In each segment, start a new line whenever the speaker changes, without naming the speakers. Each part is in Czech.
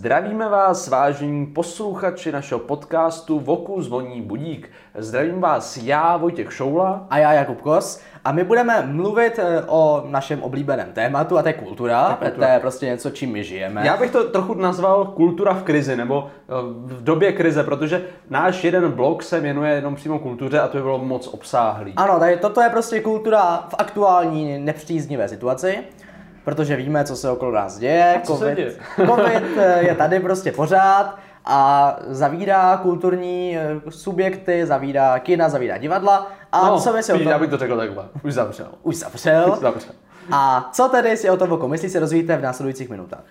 Zdravíme vás, vážení posluchači našeho podcastu Voku zvoní budík. Zdravím vás já, Vojtěch Šoula.
a já Jakub Kos a my budeme mluvit eh, o našem oblíbeném tématu a to je kultura, to je prostě něco, čím my žijeme.
Já bych to trochu nazval kultura v krizi, nebo eh, v době krize, protože náš jeden blog se věnuje jenom přímo kultuře a to by bylo moc obsáhlý.
Ano, takže toto je prostě kultura v aktuální nepříznivé situaci, protože víme, co se okolo nás děje.
co se děje?
COVID eh, je tady prostě pořád a zavírá kulturní eh, subjekty, zavírá kina, zavírá divadla. A co my si o
spíš No, já
tom
bych to řekl takhle, už zavřel.
už zavřel.
Už zavřel.
A co tedy si o tom Voko myslí, se dozvíte v následujících minutách.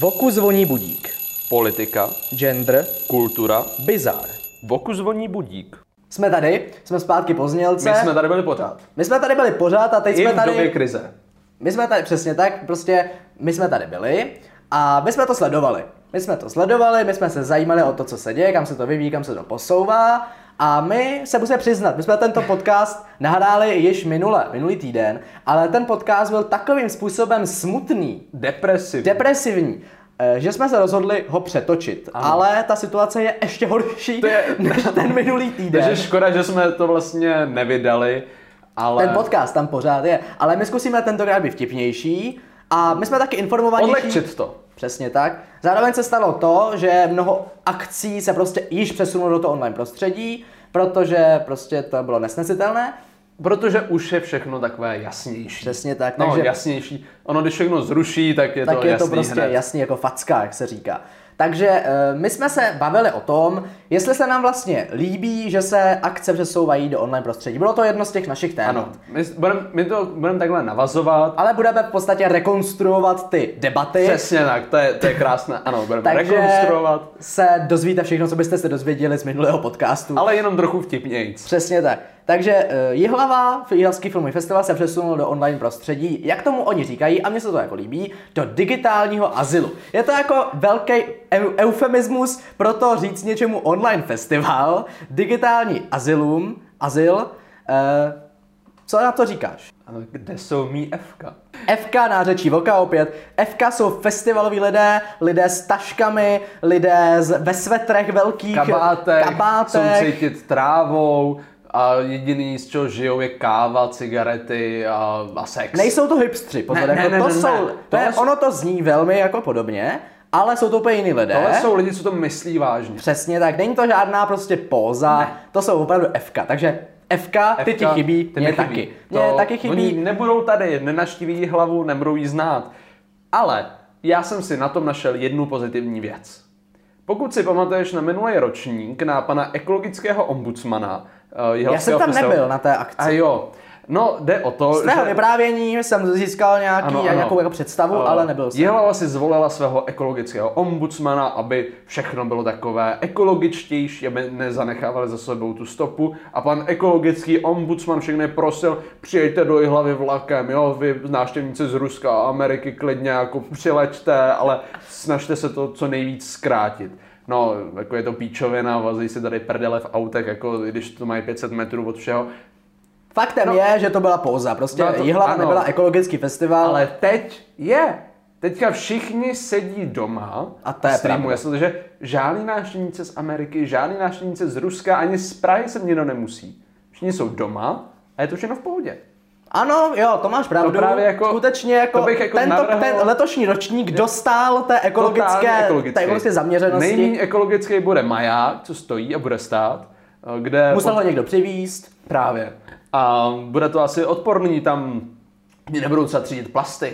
Voku zvoní budík.
Politika,
Gender.
kultura,
Bizar.
Voku zvoní budík.
Jsme tady, jsme zpátky po znělce.
My jsme tady byli pořád.
my jsme tady byli pořád a teď
I
jsme
v době
tady...
krize.
My jsme tady, přesně tak, prostě my jsme tady byli a my jsme to sledovali. My jsme to sledovali, my jsme se zajímali o to, co se děje, kam se to vyvíjí, kam se to posouvá. A my se musíme přiznat, my jsme tento podcast nahráli již minule, minulý týden, ale ten podcast byl takovým způsobem smutný,
Depresivní.
depresivní, eh, že jsme se rozhodli ho přetočit. Ano. Ale ta situace je ještě horší
To je-
než ten minulý týden.
Takže škoda, že jsme to vlastně nevydali, ale
Ten podcast tam pořád je, ale my zkusíme tentokrát být vtipnější a my jsme taky informovanější.
odlehčit to.
Přesně tak. Zároveň se stalo to, že mnoho akcí se prostě již přesunulo do toho online prostředí, protože prostě to bylo nesnesitelné.
Protože už je všechno takové jasnější.
Přesně tak,
No,
takže-
jasnější. Ono, když všechno zruší, tak je
tak
to
je
jasný
to prostě
hned.
jasný jako facka, jak se říká. Takže eh, my jsme se bavili o tom, jestli se nám vlastně líbí, že se akce přesouvají do online prostředí. Bylo to jedno z těch našich témat.
Ano, my, s- budem, my to budeme takhle navazovat.
Ale budeme v podstatě rekonstruovat ty debaty.
Přesně tak, to je, to je krásné. Ano, budeme
Takže
rekonstruovat,
se dozvíte všechno, co byste se dozvěděli z minulého podcastu.
ale jenom trochu vtipnějc.
Přesně tak. Takže uh, Jihlava, Jihlavský filmový festival se přesunul do online prostředí, jak tomu oni říkají, a mně se to jako líbí, do digitálního azylu. Je to jako velký eu- eufemismus pro to říct něčemu online festival, digitální azylum, azyl. Uh, co na to říkáš?
Ano, kde jsou mý Fka?
FK nářečí voka opět. FK jsou festivaloví lidé, lidé s taškami, lidé z, ve svetrech velkých,
Kabátek,
kabátek.
jsou cítit trávou a jediný, z čeho žijou, je káva, cigarety a, a sex.
Nejsou to hipstři, pozor,
Ne,
jako
ne,
to
ne, ne,
jsou,
ne.
to je,
Tohle jsou-
ono to zní velmi jako podobně, ale jsou to úplně jiný lidé.
Tohle jsou lidi, co to myslí vážně.
Přesně tak, není to žádná prostě póza, ne. to jsou opravdu FK, takže FK, ty ti
Evka,
chybí, ty mě
mi
taky. Mně
To-
taky chybí,
Oni nebudou tady, nenaštíví hlavu, nebudou jí znát. Ale já jsem si na tom našel jednu pozitivní věc. Pokud si pamatuješ na minulý ročník na pana ekologického ombudsmana, eh,
já jsem
Jihlavského
tam
festivalu-
nebyl na té akci.
A jo, no jde o to,
Z tého vyprávění jsem získal nějaký, ano, ano. nějakou jako představu,
Eh,
ale nebyl jsem.
Jihlava si zvolila svého ekologického ombudsmana, aby všechno bylo takové ekologičtější, aby nezanechávali za sebou tu stopu. A pan ekologický ombudsman všechny prosil, přijďte do Jihlavy vlakem, jo, vy návštěvníci z Ruska a Ameriky klidně jako přileďte, ale snažte se to co nejvíc zkrátit. No, jako je to píčovina, vazí si tady prdele v autech, jako když to mají 500 metrů od všeho.
Faktem
No.
je, že to byla pouza. Prostě
Byla to-
Jihlava
ano.
nebyla ekologický festival.
Ale teď je. Teďka všichni sedí doma
A to je
streamuje se, takže žádný návštěvníci z Ameriky, žádný návštěvníci z Ruska, ani z Prahy se nikdo nemusí. Všichni jsou doma a je to všechno v pohodě.
Ano, jo, to máš pravdu.
To právě jako-
Skutečně jako,
to bych jako
tento,
navrhl-
ten letošní ročník dostal té
Totálně
ekologické, jako
ekologický.
té ekologické zaměřenosti.
Nejméně ekologický bude maják, co stojí a bude stát, eh, kde...
Musel ho někdo přivíst.
Právě. A bude to asi odporný, tam mě nebudou třeba třídit plasty.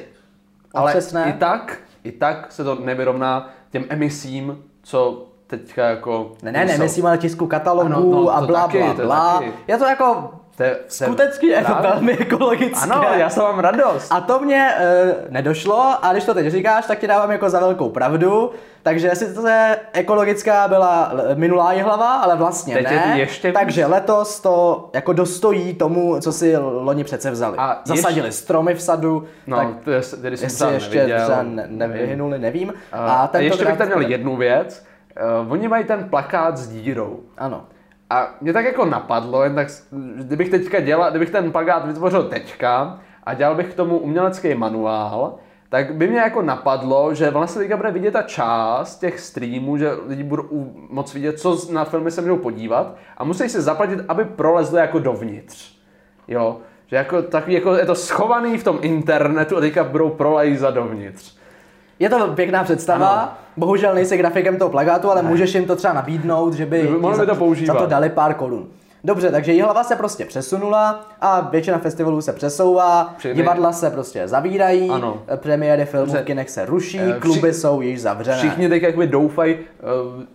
Ale
přesné.
i tak, i tak se to nevyrovná těm emisím, co teďka jako...
Ne, ne, ne,
nejsou.
myslím, ale tisku katalogů
Ano, no,
a
to
bla,
taky,
bla,
to
bla.
taky.
Je to jako
To je- to je
skutečně jako
právě-
velmi ekologické.
Ano, já jsem vám radost.
A to mě e, nedošlo a když to teď říkáš, tak ti dávám jako za velkou pravdu. Takže sice ekologická byla l- minulá jihlava, ale vlastně
Teď
ne.
je to ještě víc.
takže letos to jako dostojí tomu, co si loni přece vzali.
A ještě-
Zasadili stromy v sadu,
No,
tak
to je, tedy jsem
jestli
sám
ještě
neviděl.
třeba ne- nevyhnuli, nevím.
A, a ještě bych
tentokrát-
tam měl jednu věc. Uh, oni mají ten plakát s dírou.
Ano.
A mě tak jako napadlo, jen tak, s- kdybych teďka dělal, kdybych ten plagát vytvořil teďka a dělal bych k tomu umělecký manuál, tak by mě jako napadlo, že vlastně teďka bude vidět ta část těch streamů, že lidi budou u- moc vidět, co z- na filmy se můžou podívat a musí se zaplatit, aby prolezli jako dovnitř. Jo, že jako, takový, jako je to schovaný v tom internetu a teďka budou prolejza dovnitř.
Je to pěkná představa,
Ano.
bohužel nejsi grafikem toho plagátu, ale můžeš jim to třeba nabídnout, že by
Mohli
ti
by
za,
to používat.
za to dali pár korun. Dobře, takže Jihlava se prostě přesunula a většina festivalů se přesouvá,
Přijde-
divadla se prostě zavírají,
Ano.
eh, premiéry filmů
Dobře.
v kinech se ruší,
Eh,
kluby
vši-
jsou již zavřené.
Všichni teď jakoby doufají, eh,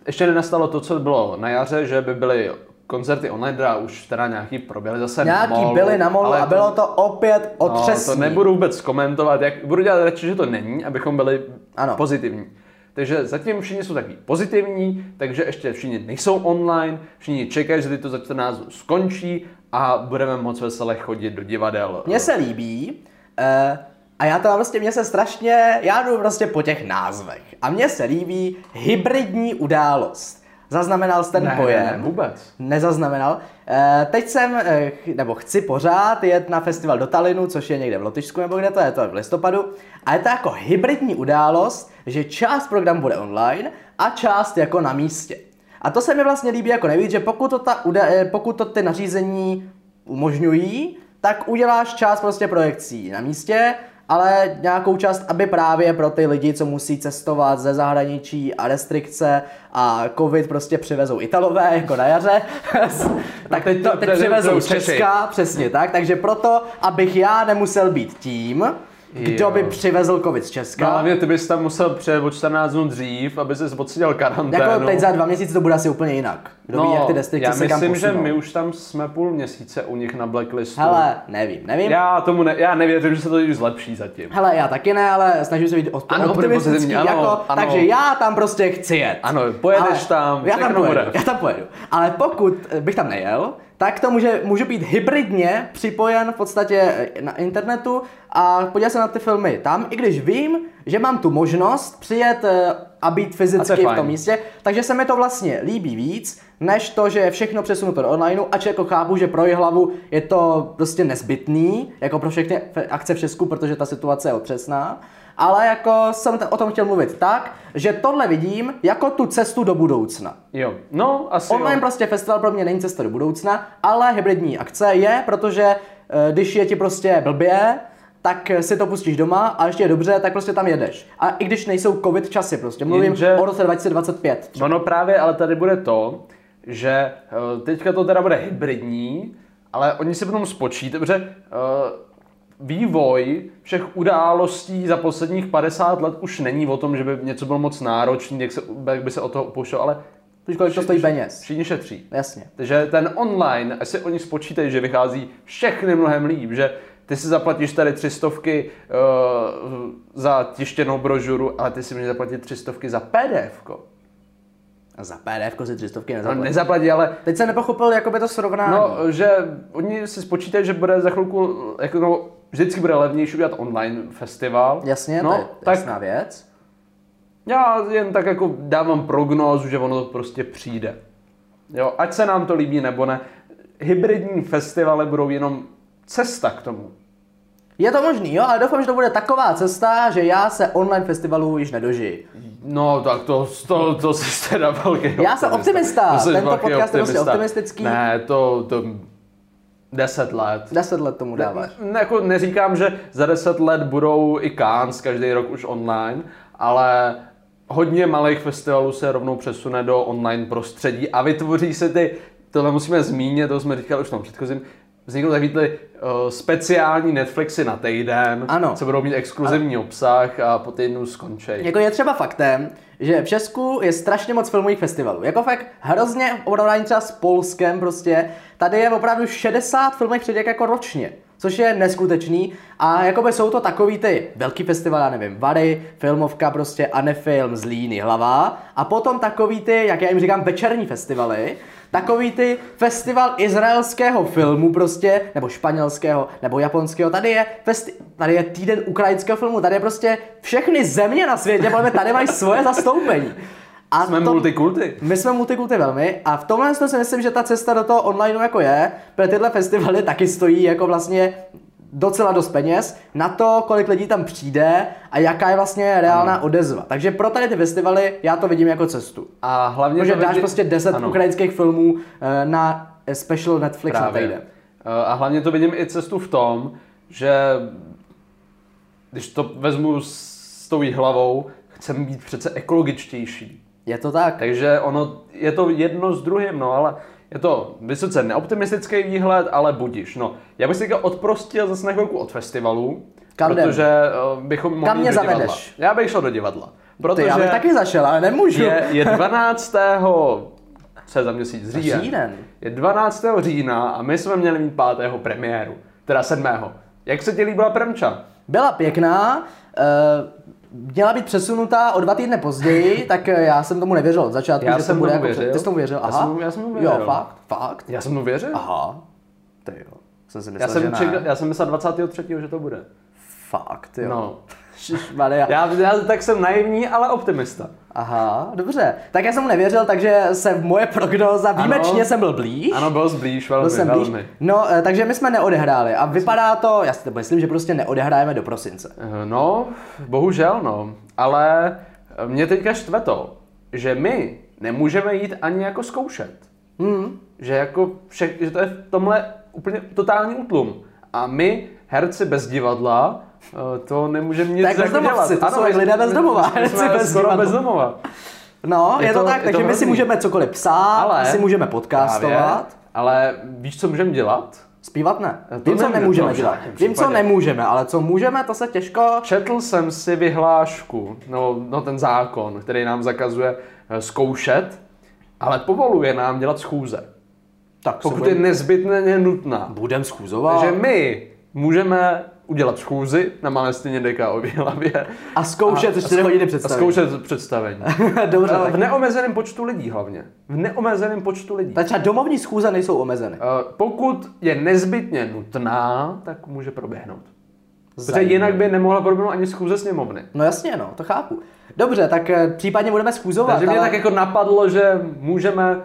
ještě nenastalo to, co bylo na jaře, že by byly koncerty online, teda už teda nějaký proběhly zase
Nějaký
na molu,
byli na molu
ale
a bylo to opět otřesný.
No, to nebudu vůbec komentovat, jak, budu dělat radši, že to není, abychom byli
Ano.
ano. pozitivní. Takže zatím všichni jsou taky pozitivní, takže ještě všichni nejsou online, všichni čekají, že to za 14 dnů skončí a budeme moc vesele chodit do divadel.
Mně se líbí eh, a já to mám prostě, mně se strašně, já jdu prostě po těch názvech. A mně se líbí hybridní událost. Zaznamenal jste ten
ne,
pojem?
ne, vůbec.
Nezaznamenal. Eh, Teď jsem, eh, ch- nebo chci pořád jet na festival do Talinu, což je někde v Lotyšsku, nebo kde to je, to je v listopadu. A je to jako hybridní událost, že část programu bude online a část jako na místě. A to se mi vlastně líbí jako nejvíc, že pokud to, ta, uda- eh, pokud to ty nařízení umožňují, tak uděláš část prostě projekcí na místě, ale nějakou část, aby právě pro ty lidi, co musí cestovat ze zahraničí a restrikce a covid prostě přivezou Italové, jako na jaře, tak
No teď
teď,
to
to, teď
přivezou
přivezou z
Češi.
Česka, přesně tak, takže proto, abych já nemusel být tím, kdo
Jo.
by přivezl covid z
No,
Česka,
hlavně ty bys tam musel přejet o 14 dnů dřív, aby se odseděl karanténu.
jako teď za dva měsíce to bude asi úplně jinak. Kdo ví, jak ty restrikce
no. já
se kam
myslím, že
posunou.
my už tam jsme půl měsíce u nich na blacklistu.
Hele, nevím, nevím.
Já tomu ne, já nevěřím, že se to už zlepší zatím.
Hele, já taky ne, ale snažím se být op-
Ano,
ano,
budu
optimistický,
pozitivní,
ano,
ano,
jako, ano.
ano.
takže já tam prostě chci jet.
Ano, pojedeš tam,
já tam
všechno
pojedu,
bude.
já tam pojedu. Ale pokud eh, bych tam nejel, tak to může, může být hybridně připojen v podstatě eh, na internetu a podívat se na ty filmy tam, i když vím, že mám tu možnost přijet eh, a být
A to
fyzicky
je
v tom
fajn.
místě, takže se mi to vlastně líbí víc, než to, že je všechno přesunuto do online, ač jako chápu, že pro Jihlavu je to prostě nezbytný, jako pro všechny fe- akce v Česku, protože ta situace je otřesná, ale jako jsem t- o tom chtěl mluvit tak, že tohle vidím jako tu cestu do budoucna.
Jo, no asi
Online
jo.
prostě festival pro mě není cesta do budoucna, ale hybridní akce je, protože eh, když je ti prostě blbě, tak eh, si to pustíš doma a ještě je dobře, tak prostě tam jedeš. A i když nejsou covid časy prostě, mluvím
Jenže-
o roce 2025.
Ono No, právě, ale tady bude to, že eh, teďka to teda bude hybridní, ale oni si potom spočítá, protože eh, vývoj všech událostí za posledních 50 let už není o tom, že by něco bylo moc náročný, jak, se, jak by se o toho upouštělo, ale
Víš, kolik to stojí peněz?
všichni šetří.
Jasně.
Takže ten online, asi oni spočítají, že vychází všechny mnohem líp, že ty si zaplatíš tady tři stovky uh, za tištěnou brožuru, ale ty si můžeš zaplatit tři stovky za PDF. ko.
A Za PDF si třistovky
No,
nezaplatí.
nezaplatí, ale
Teď jsem nepochopil, jak by to srovnání. No,
no, že oni si spočítají, že bude za chvilku, jako no, vždycky bude levnější udělat online festival.
Jasně, no, to je
no,
tak...
tak
jasná věc.
já jen tak jako dávám prognózu, že ono to prostě přijde. Jo, ať se nám to líbí nebo ne, hybridní festivaly budou jenom cesta k tomu.
Je to možný, jo, ale doufám, že to bude taková cesta, že já se online festivalu již nedožiji.
No, tak to, to, to jsi teda velký
Já jsem optimista.
To jsi
Tento
velký
podcast je prostě optimistický.
Ne, to, to deset let.
Deset let tomu dáváš.
Ne, jako neříkám, že za deset let budou i Cannes každý rok už online, ale hodně malých festivalů se rovnou přesune do online prostředí a vytvoří se ty, tohle musíme zmínit, to jsme říkali už v tom předchozím, vzniknou takový ty uh, speciální Netflixy na týden,
Ano.
co budou mít exkluzivní obsah a po týdnu skončej.
Jako je třeba faktem, že v Česku je strašně moc filmových festivalů. Jako fakt hrozně v porovnání třeba s Polskem prostě. Tady je opravdu 60 filmových předěk jako ročně. Což je neskutečný a jakoby jsou to takový ty velký festival, já nevím, Vary, filmovka prostě, Anefilm, Zlíny, Hlava a potom takový ty, jak já jim říkám, večerní festivaly, takový ty festival izraelského filmu prostě, nebo španělského, nebo japonského, tady je, festi- tady je týden ukrajinského filmu, tady je prostě všechny země na světě, podle mě tady mají svoje zastoupení. A
Jsme
to-
multikulty.
my jsme multikulty velmi a v tomhle to si myslím, že ta cesta do toho online jako je, protože tyhle festivaly taky stojí jako vlastně docela dost peněz na to, kolik lidí tam přijde a jaká je vlastně reálná odezva. Takže pro tady ty festivaly já to vidím jako cestu.
A hlavně
Protože
to
dáš
vidí-
prostě 10
Ano.
ukrajinských filmů eh, na special Netflix Právě. na týden.
Eh, A hlavně to vidím i cestu v tom, že když to vezmu s tou hlavou, chceme být přece ekologičtější.
Je to tak.
Takže ono, je to jedno s druhým, no ale je to vysoce neoptimistický výhled, ale budíš. No, já bych si teďka odprostil zase na chvilku od festivalů,
Kam jdem?
protože uh, bychom mohli
Kam mě
jít do divadla.
zavedeš?
Já bych šel do divadla. Protože
Ty, já bych taky zašel, ale nemůžu.
je, je 12. co je za měsíc? Říjen.
Říjen.
Je 12. října a my jsme měli mít 5. premiéru, teda 7. Jak se ti líbila Premča?
Byla pěkná, eh, měla být přesunutá o dva týdny později, tak eh, já jsem tomu nevěřil od začátku,
Já
že
jsem
to bude
tomu
jako
věřil.
Ty jsi tomu věřil,
Já
aha.
jsem- já jsem tomu věřil.
Jo, fakt, fakt.
Já jsem mu věřil.
Aha. Ty jo, jsem si
Já
myslel, že
jsem,
ne.
čekal, já jsem myslel 23. že to bude.
Fakt, jo.
No.
Ježišmarja.
Já, já tak jsem naivní, ale optimista.
Aha, dobře. Tak já jsem mu nevěřil, takže se v moje prognóza výjimečně jsem byl blíž.
Ano, byl zblíž, velmi,
Byl jsem blíž.
velmi.
No, eh, takže my jsme neodehráli a vypadá to, já si to myslím, že prostě neodehrajeme do prosince.
Eh, No, bohužel no, ale eh, mě teďka štve to, že my nemůžeme jít ani jako zkoušet.
Hmm.
Že jako vše, že to je v tomhle úplně totální útlum. A my, herci bez divadla, eh, to nemůžeme nic
Tak
jako
bezdomovci,
dělat.
to jsou jak lidé
my-
bez domova,
my jsme
herci bez
skoro
divadla.
bez domova.
No, je,
Je
to,
to-
tak,
je
takže
to
my si
hrozný.
můžeme cokoliv psát,
Ale-
ale si můžeme podcastovat.
Právě. Ale víš, co můžeme dělat?
Zpívat ne.
To
Vím, co
nemůžeme,
nemůžeme
no, v
dělat.
žádném
Vím, co
případě.
nemůžeme, ale co můžeme, to se těžko...
Četl jsem si vyhlášku, no, no ten zákon, který nám zakazuje eh, zkoušet, ale povoluje nám dělat schůze.
Tak se
Pokud je
budem,
nezbytně nutná.
budem schůzovat.
Takže my můžeme udělat schůzi na malé stěně DK o Výhlavě
A zkoušet No, 4 hodiny
a
představit.
zkoušet představení.
Dobře,
A V
tak.
neomezeném počtu lidí hlavně. V neomezeném počtu lidí.
Tak třeba domovní schůze nejsou omezeny.
Eh, Pokud je nezbytně nutná, tak může proběhnout. Protože
Zajímavé.
jinak by nemohla proběhnout ani schůze sněmovny.
No jasně, no, to chápu. Dobře, tak eh, případně budeme schůzovat,
Takže mě
ale
tak jako napadlo, že můžeme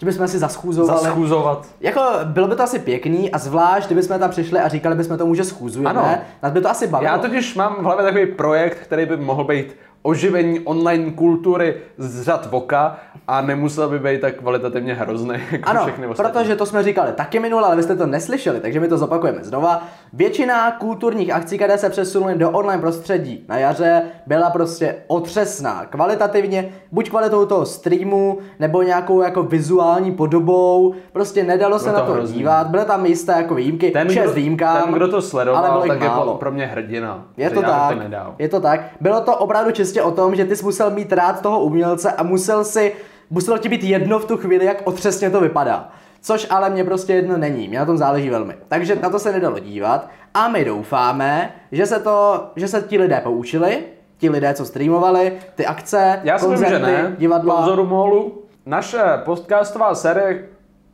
že bychom si zaschůzovali.
zaschůzovat.
Jako bylo by to asi pěkný a zvlášť, kdybychom tam přišli a říkali bychom tomu, že schůzujeme,
Ano.
nás by to asi bavilo.
Já totiž mám v hlavě takový projekt, který by mohl být oživení online kultury z řad voka a nemusel by být tak kvalitativně hrozný jako
Ano,
všechny ostatní.
protože to jsme říkali taky minule, ale vy jste to neslyšeli, takže my to zopakujeme znova. Většina kulturních akcí, které se přesunuly do online prostředí na jaře, byla prostě otřesná kvalitativně, buď kvalitou toho streamu, nebo nějakou jako vizuální podobou, prostě nedalo se
Bylo
na
No to
to
hrozný.
dívat, byly tam jisté jako výjimky, čest výjimkám,
ten, kdo to
ale
sledoval,
bylo jich
tak jako je
málo.
pro mě hrdina.
Je
že
to
já bych
tak,
to nedal.
je to tak. Bylo to opravdu čistě o tom, že ty jsi musel mít rád toho umělce a musel si, muselo ti být jedno v tu chvíli, jak otřesně to vypadá. Což ale mě prostě jedno není, mě na tom záleží velmi. Takže na to se nedalo dívat a my doufáme, že se to, že se ti lidé poučili, ti lidé, co streamovali, ty akce,
Já si myslím,
koncerty,
že ne.
divadla.
Pozoru Molu. Naše podcastová série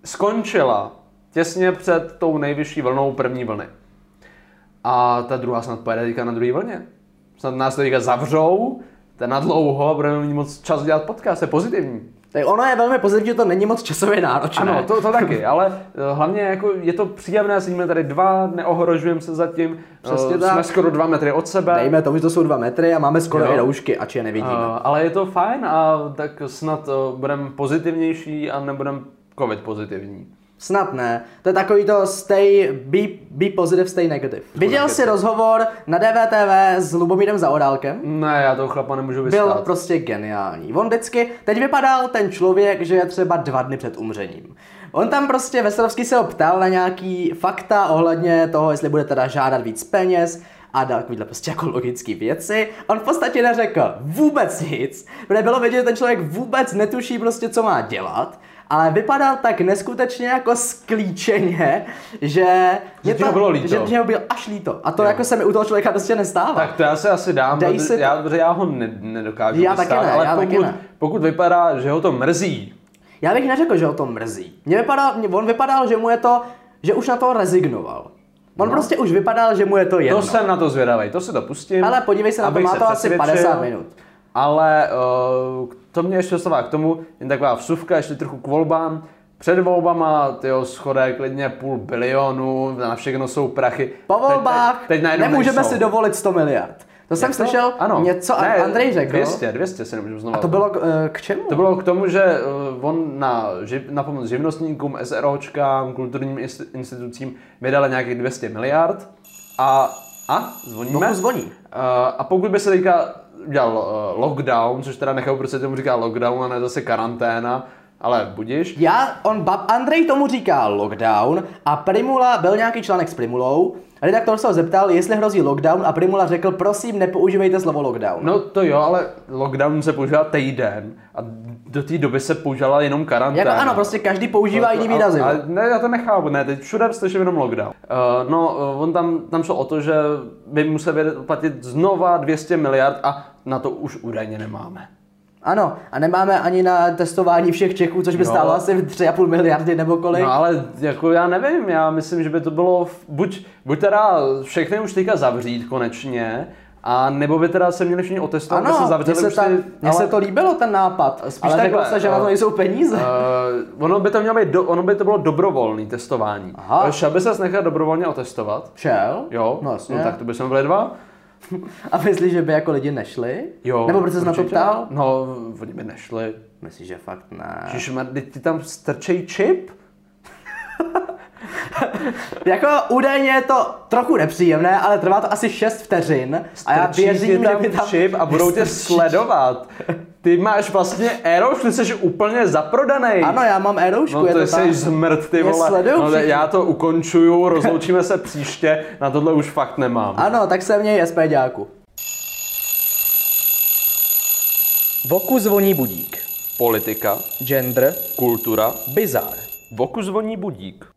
skončila těsně před tou nejvyšší vlnou první vlny. A ta druhá snad pojede teďka na druhé vlně. Snad nás teďka zavřou, to je na dlouho a budeme mít moc čas dělat podcast, je pozitivní.
Tak ono je velmi pozitivní, že to není moc časově náročné.
Ano, to, to taky, ale eh, hlavně jako je to příjemné, sedíme tady dva, neohrožujeme se zatím,
Přesně
eh,
tak.
jsme skoro dva metry od sebe.
Dejme tomu, že to jsou dva metry a máme skoro
Jo.
i roušky, ač je nevidíme.
Eh, ale je to fajn a tak snad budeme pozitivnější a nebudeme covid pozitivní.
Snad ne. To je takový to stay, be, be positive, stay negative. Viděl jsi rozhovor na DVTV s Lubomírem Zaorálkem?
Ne, já toho chlapa nemůžu
Byl
vystát.
prostě geniální. On vždycky, teď vypadal ten člověk, že je třeba dva dny před umřením. On tam prostě, Veselovský se ho ptal na nějaký fakta ohledně toho, jestli bude teda žádat víc peněz a dal takovýhle prostě jako logický věci. On v podstatě neřekl vůbec nic, protože bylo vidět, že ten člověk vůbec netuší prostě, co má dělat, ale vypadal tak neskutečně jako sklíčeně, že, mě
ti ho bylo líto.
že, že ho bylo až líto. A to jako se mi u toho člověka prostě nestává.
Tak to já se asi dám,
Dej
protože,
si to.
já, protože já ho ne, nedokážu
Já
vystát,
taky ne,
ale
já taky
pokud,
ne.
pokud vypadá, že ho to mrzí,
Já bych neřekl, že ho to mrzí. Mně vypadal, mně- on vypadal, že mu je to, že už na to rezignoval. On no. prostě už vypadal, že mu je to jedno.
to jsem na to zvědavý, to si dopustím.
Ale podívej se na to,
abych
má to asi
přesvědčil.
50 minut.
Ale eh, to mě ještě dostává k tomu, jen taková vsuvka, ještě trochu k volbám. Před volbama, tyjo, schodek klidně půl bilionu, na všechno jsou prachy.
Po
Teď- teď-
volbách
teď najednou
nemůžeme
nejsou.
si dovolit 100 miliard. To jsem
Jak to?
slyšel
ano.
něco, a
Ne,
Andrej řekl.
200, 200 si nemůžu znovu.
A to bylo k, eh, k čemu?
To bylo k tomu, že eh, on na, ži- na pomoc živnostníkům, SROčkám, kulturním inst- institucím vydal nějakých 200 miliard a, a zvoníme.
Bohu zvoní.
Eh, a pokud by se teďka dělal eh, lockdown, což teda nechápu, proč se tomu říká lockdown a ne zase karanténa, ale budíš.
Já, on, bab, Andrej tomu říká lockdown a Primula, byl nějaký článek s Primulou, redaktor se ho zeptal, jestli hrozí lockdown a Primula řekl, prosím, nepoužívejte slovo lockdown.
No to jo, ale lockdown se používá týden a do té doby se používala jenom karanténa.
jako ano, prostě každý používá jiný
A-
výrazy. no.
A, ne, já no. to nechápu, ne, teď všude slyším jenom lockdown. Uh, no, uh, on tam, tam šlo o to, že by musel věd- platit znova 200 miliard a na to už údajně nemáme.
Ano, a nemáme ani na testování všech Čechů, což by
No.
stálo asi 3,5 miliardy nebo kolik.
No ale jako já nevím, já myslím, že by to bylo v- buď, buď teda všechny už teďka zavřít konečně, a nebo by teda se měli všichni otestovat,
ano,
aby se zavřeli
mně se,
už
ta,
ty-
mně se to líbilo, ten nápad. Spíš
ale
tak
takhle,
prostě, že na to
eh,
nejsou peníze.
Uh, ono by to mělo být, do, ono by to bylo dobrovolné testování.
Aha.
Šel by se nechal dobrovolně otestovat.
Šel?
Jo,
No jasně.
no tak to by jsme byli dva.
A myslíš, že by jako lidi nešli?
Jo,
Nebo proč jsi na to
určitě.
ptal?
No, oni by nešli.
Myslíš, že fakt ne.
Ježišmar, teď ti tam strčej čip?
Jako údajně je to trochu nepříjemné, ale trvá to asi 6 vteřin. A já
Strčí ti
věřím, že
tam,
by tam...
čip a budou tě
strčí-
sledovat. Ty máš vlastně Aeroš, ty jsi úplně zaprodaný.
Ano, já mám eroušku,
No
je
to
to tak.
jsi zmrt, ty
Mě
vole.
sledujou
no,
všichni.
já to ukončuju, rozloučíme se příště, na tohle už fakt nemám.
Ano, tak se měj SPďáku. Voku zvoní budík.
Politika,
Gender.
kultura,
Bizar.
Voku zvoní budík.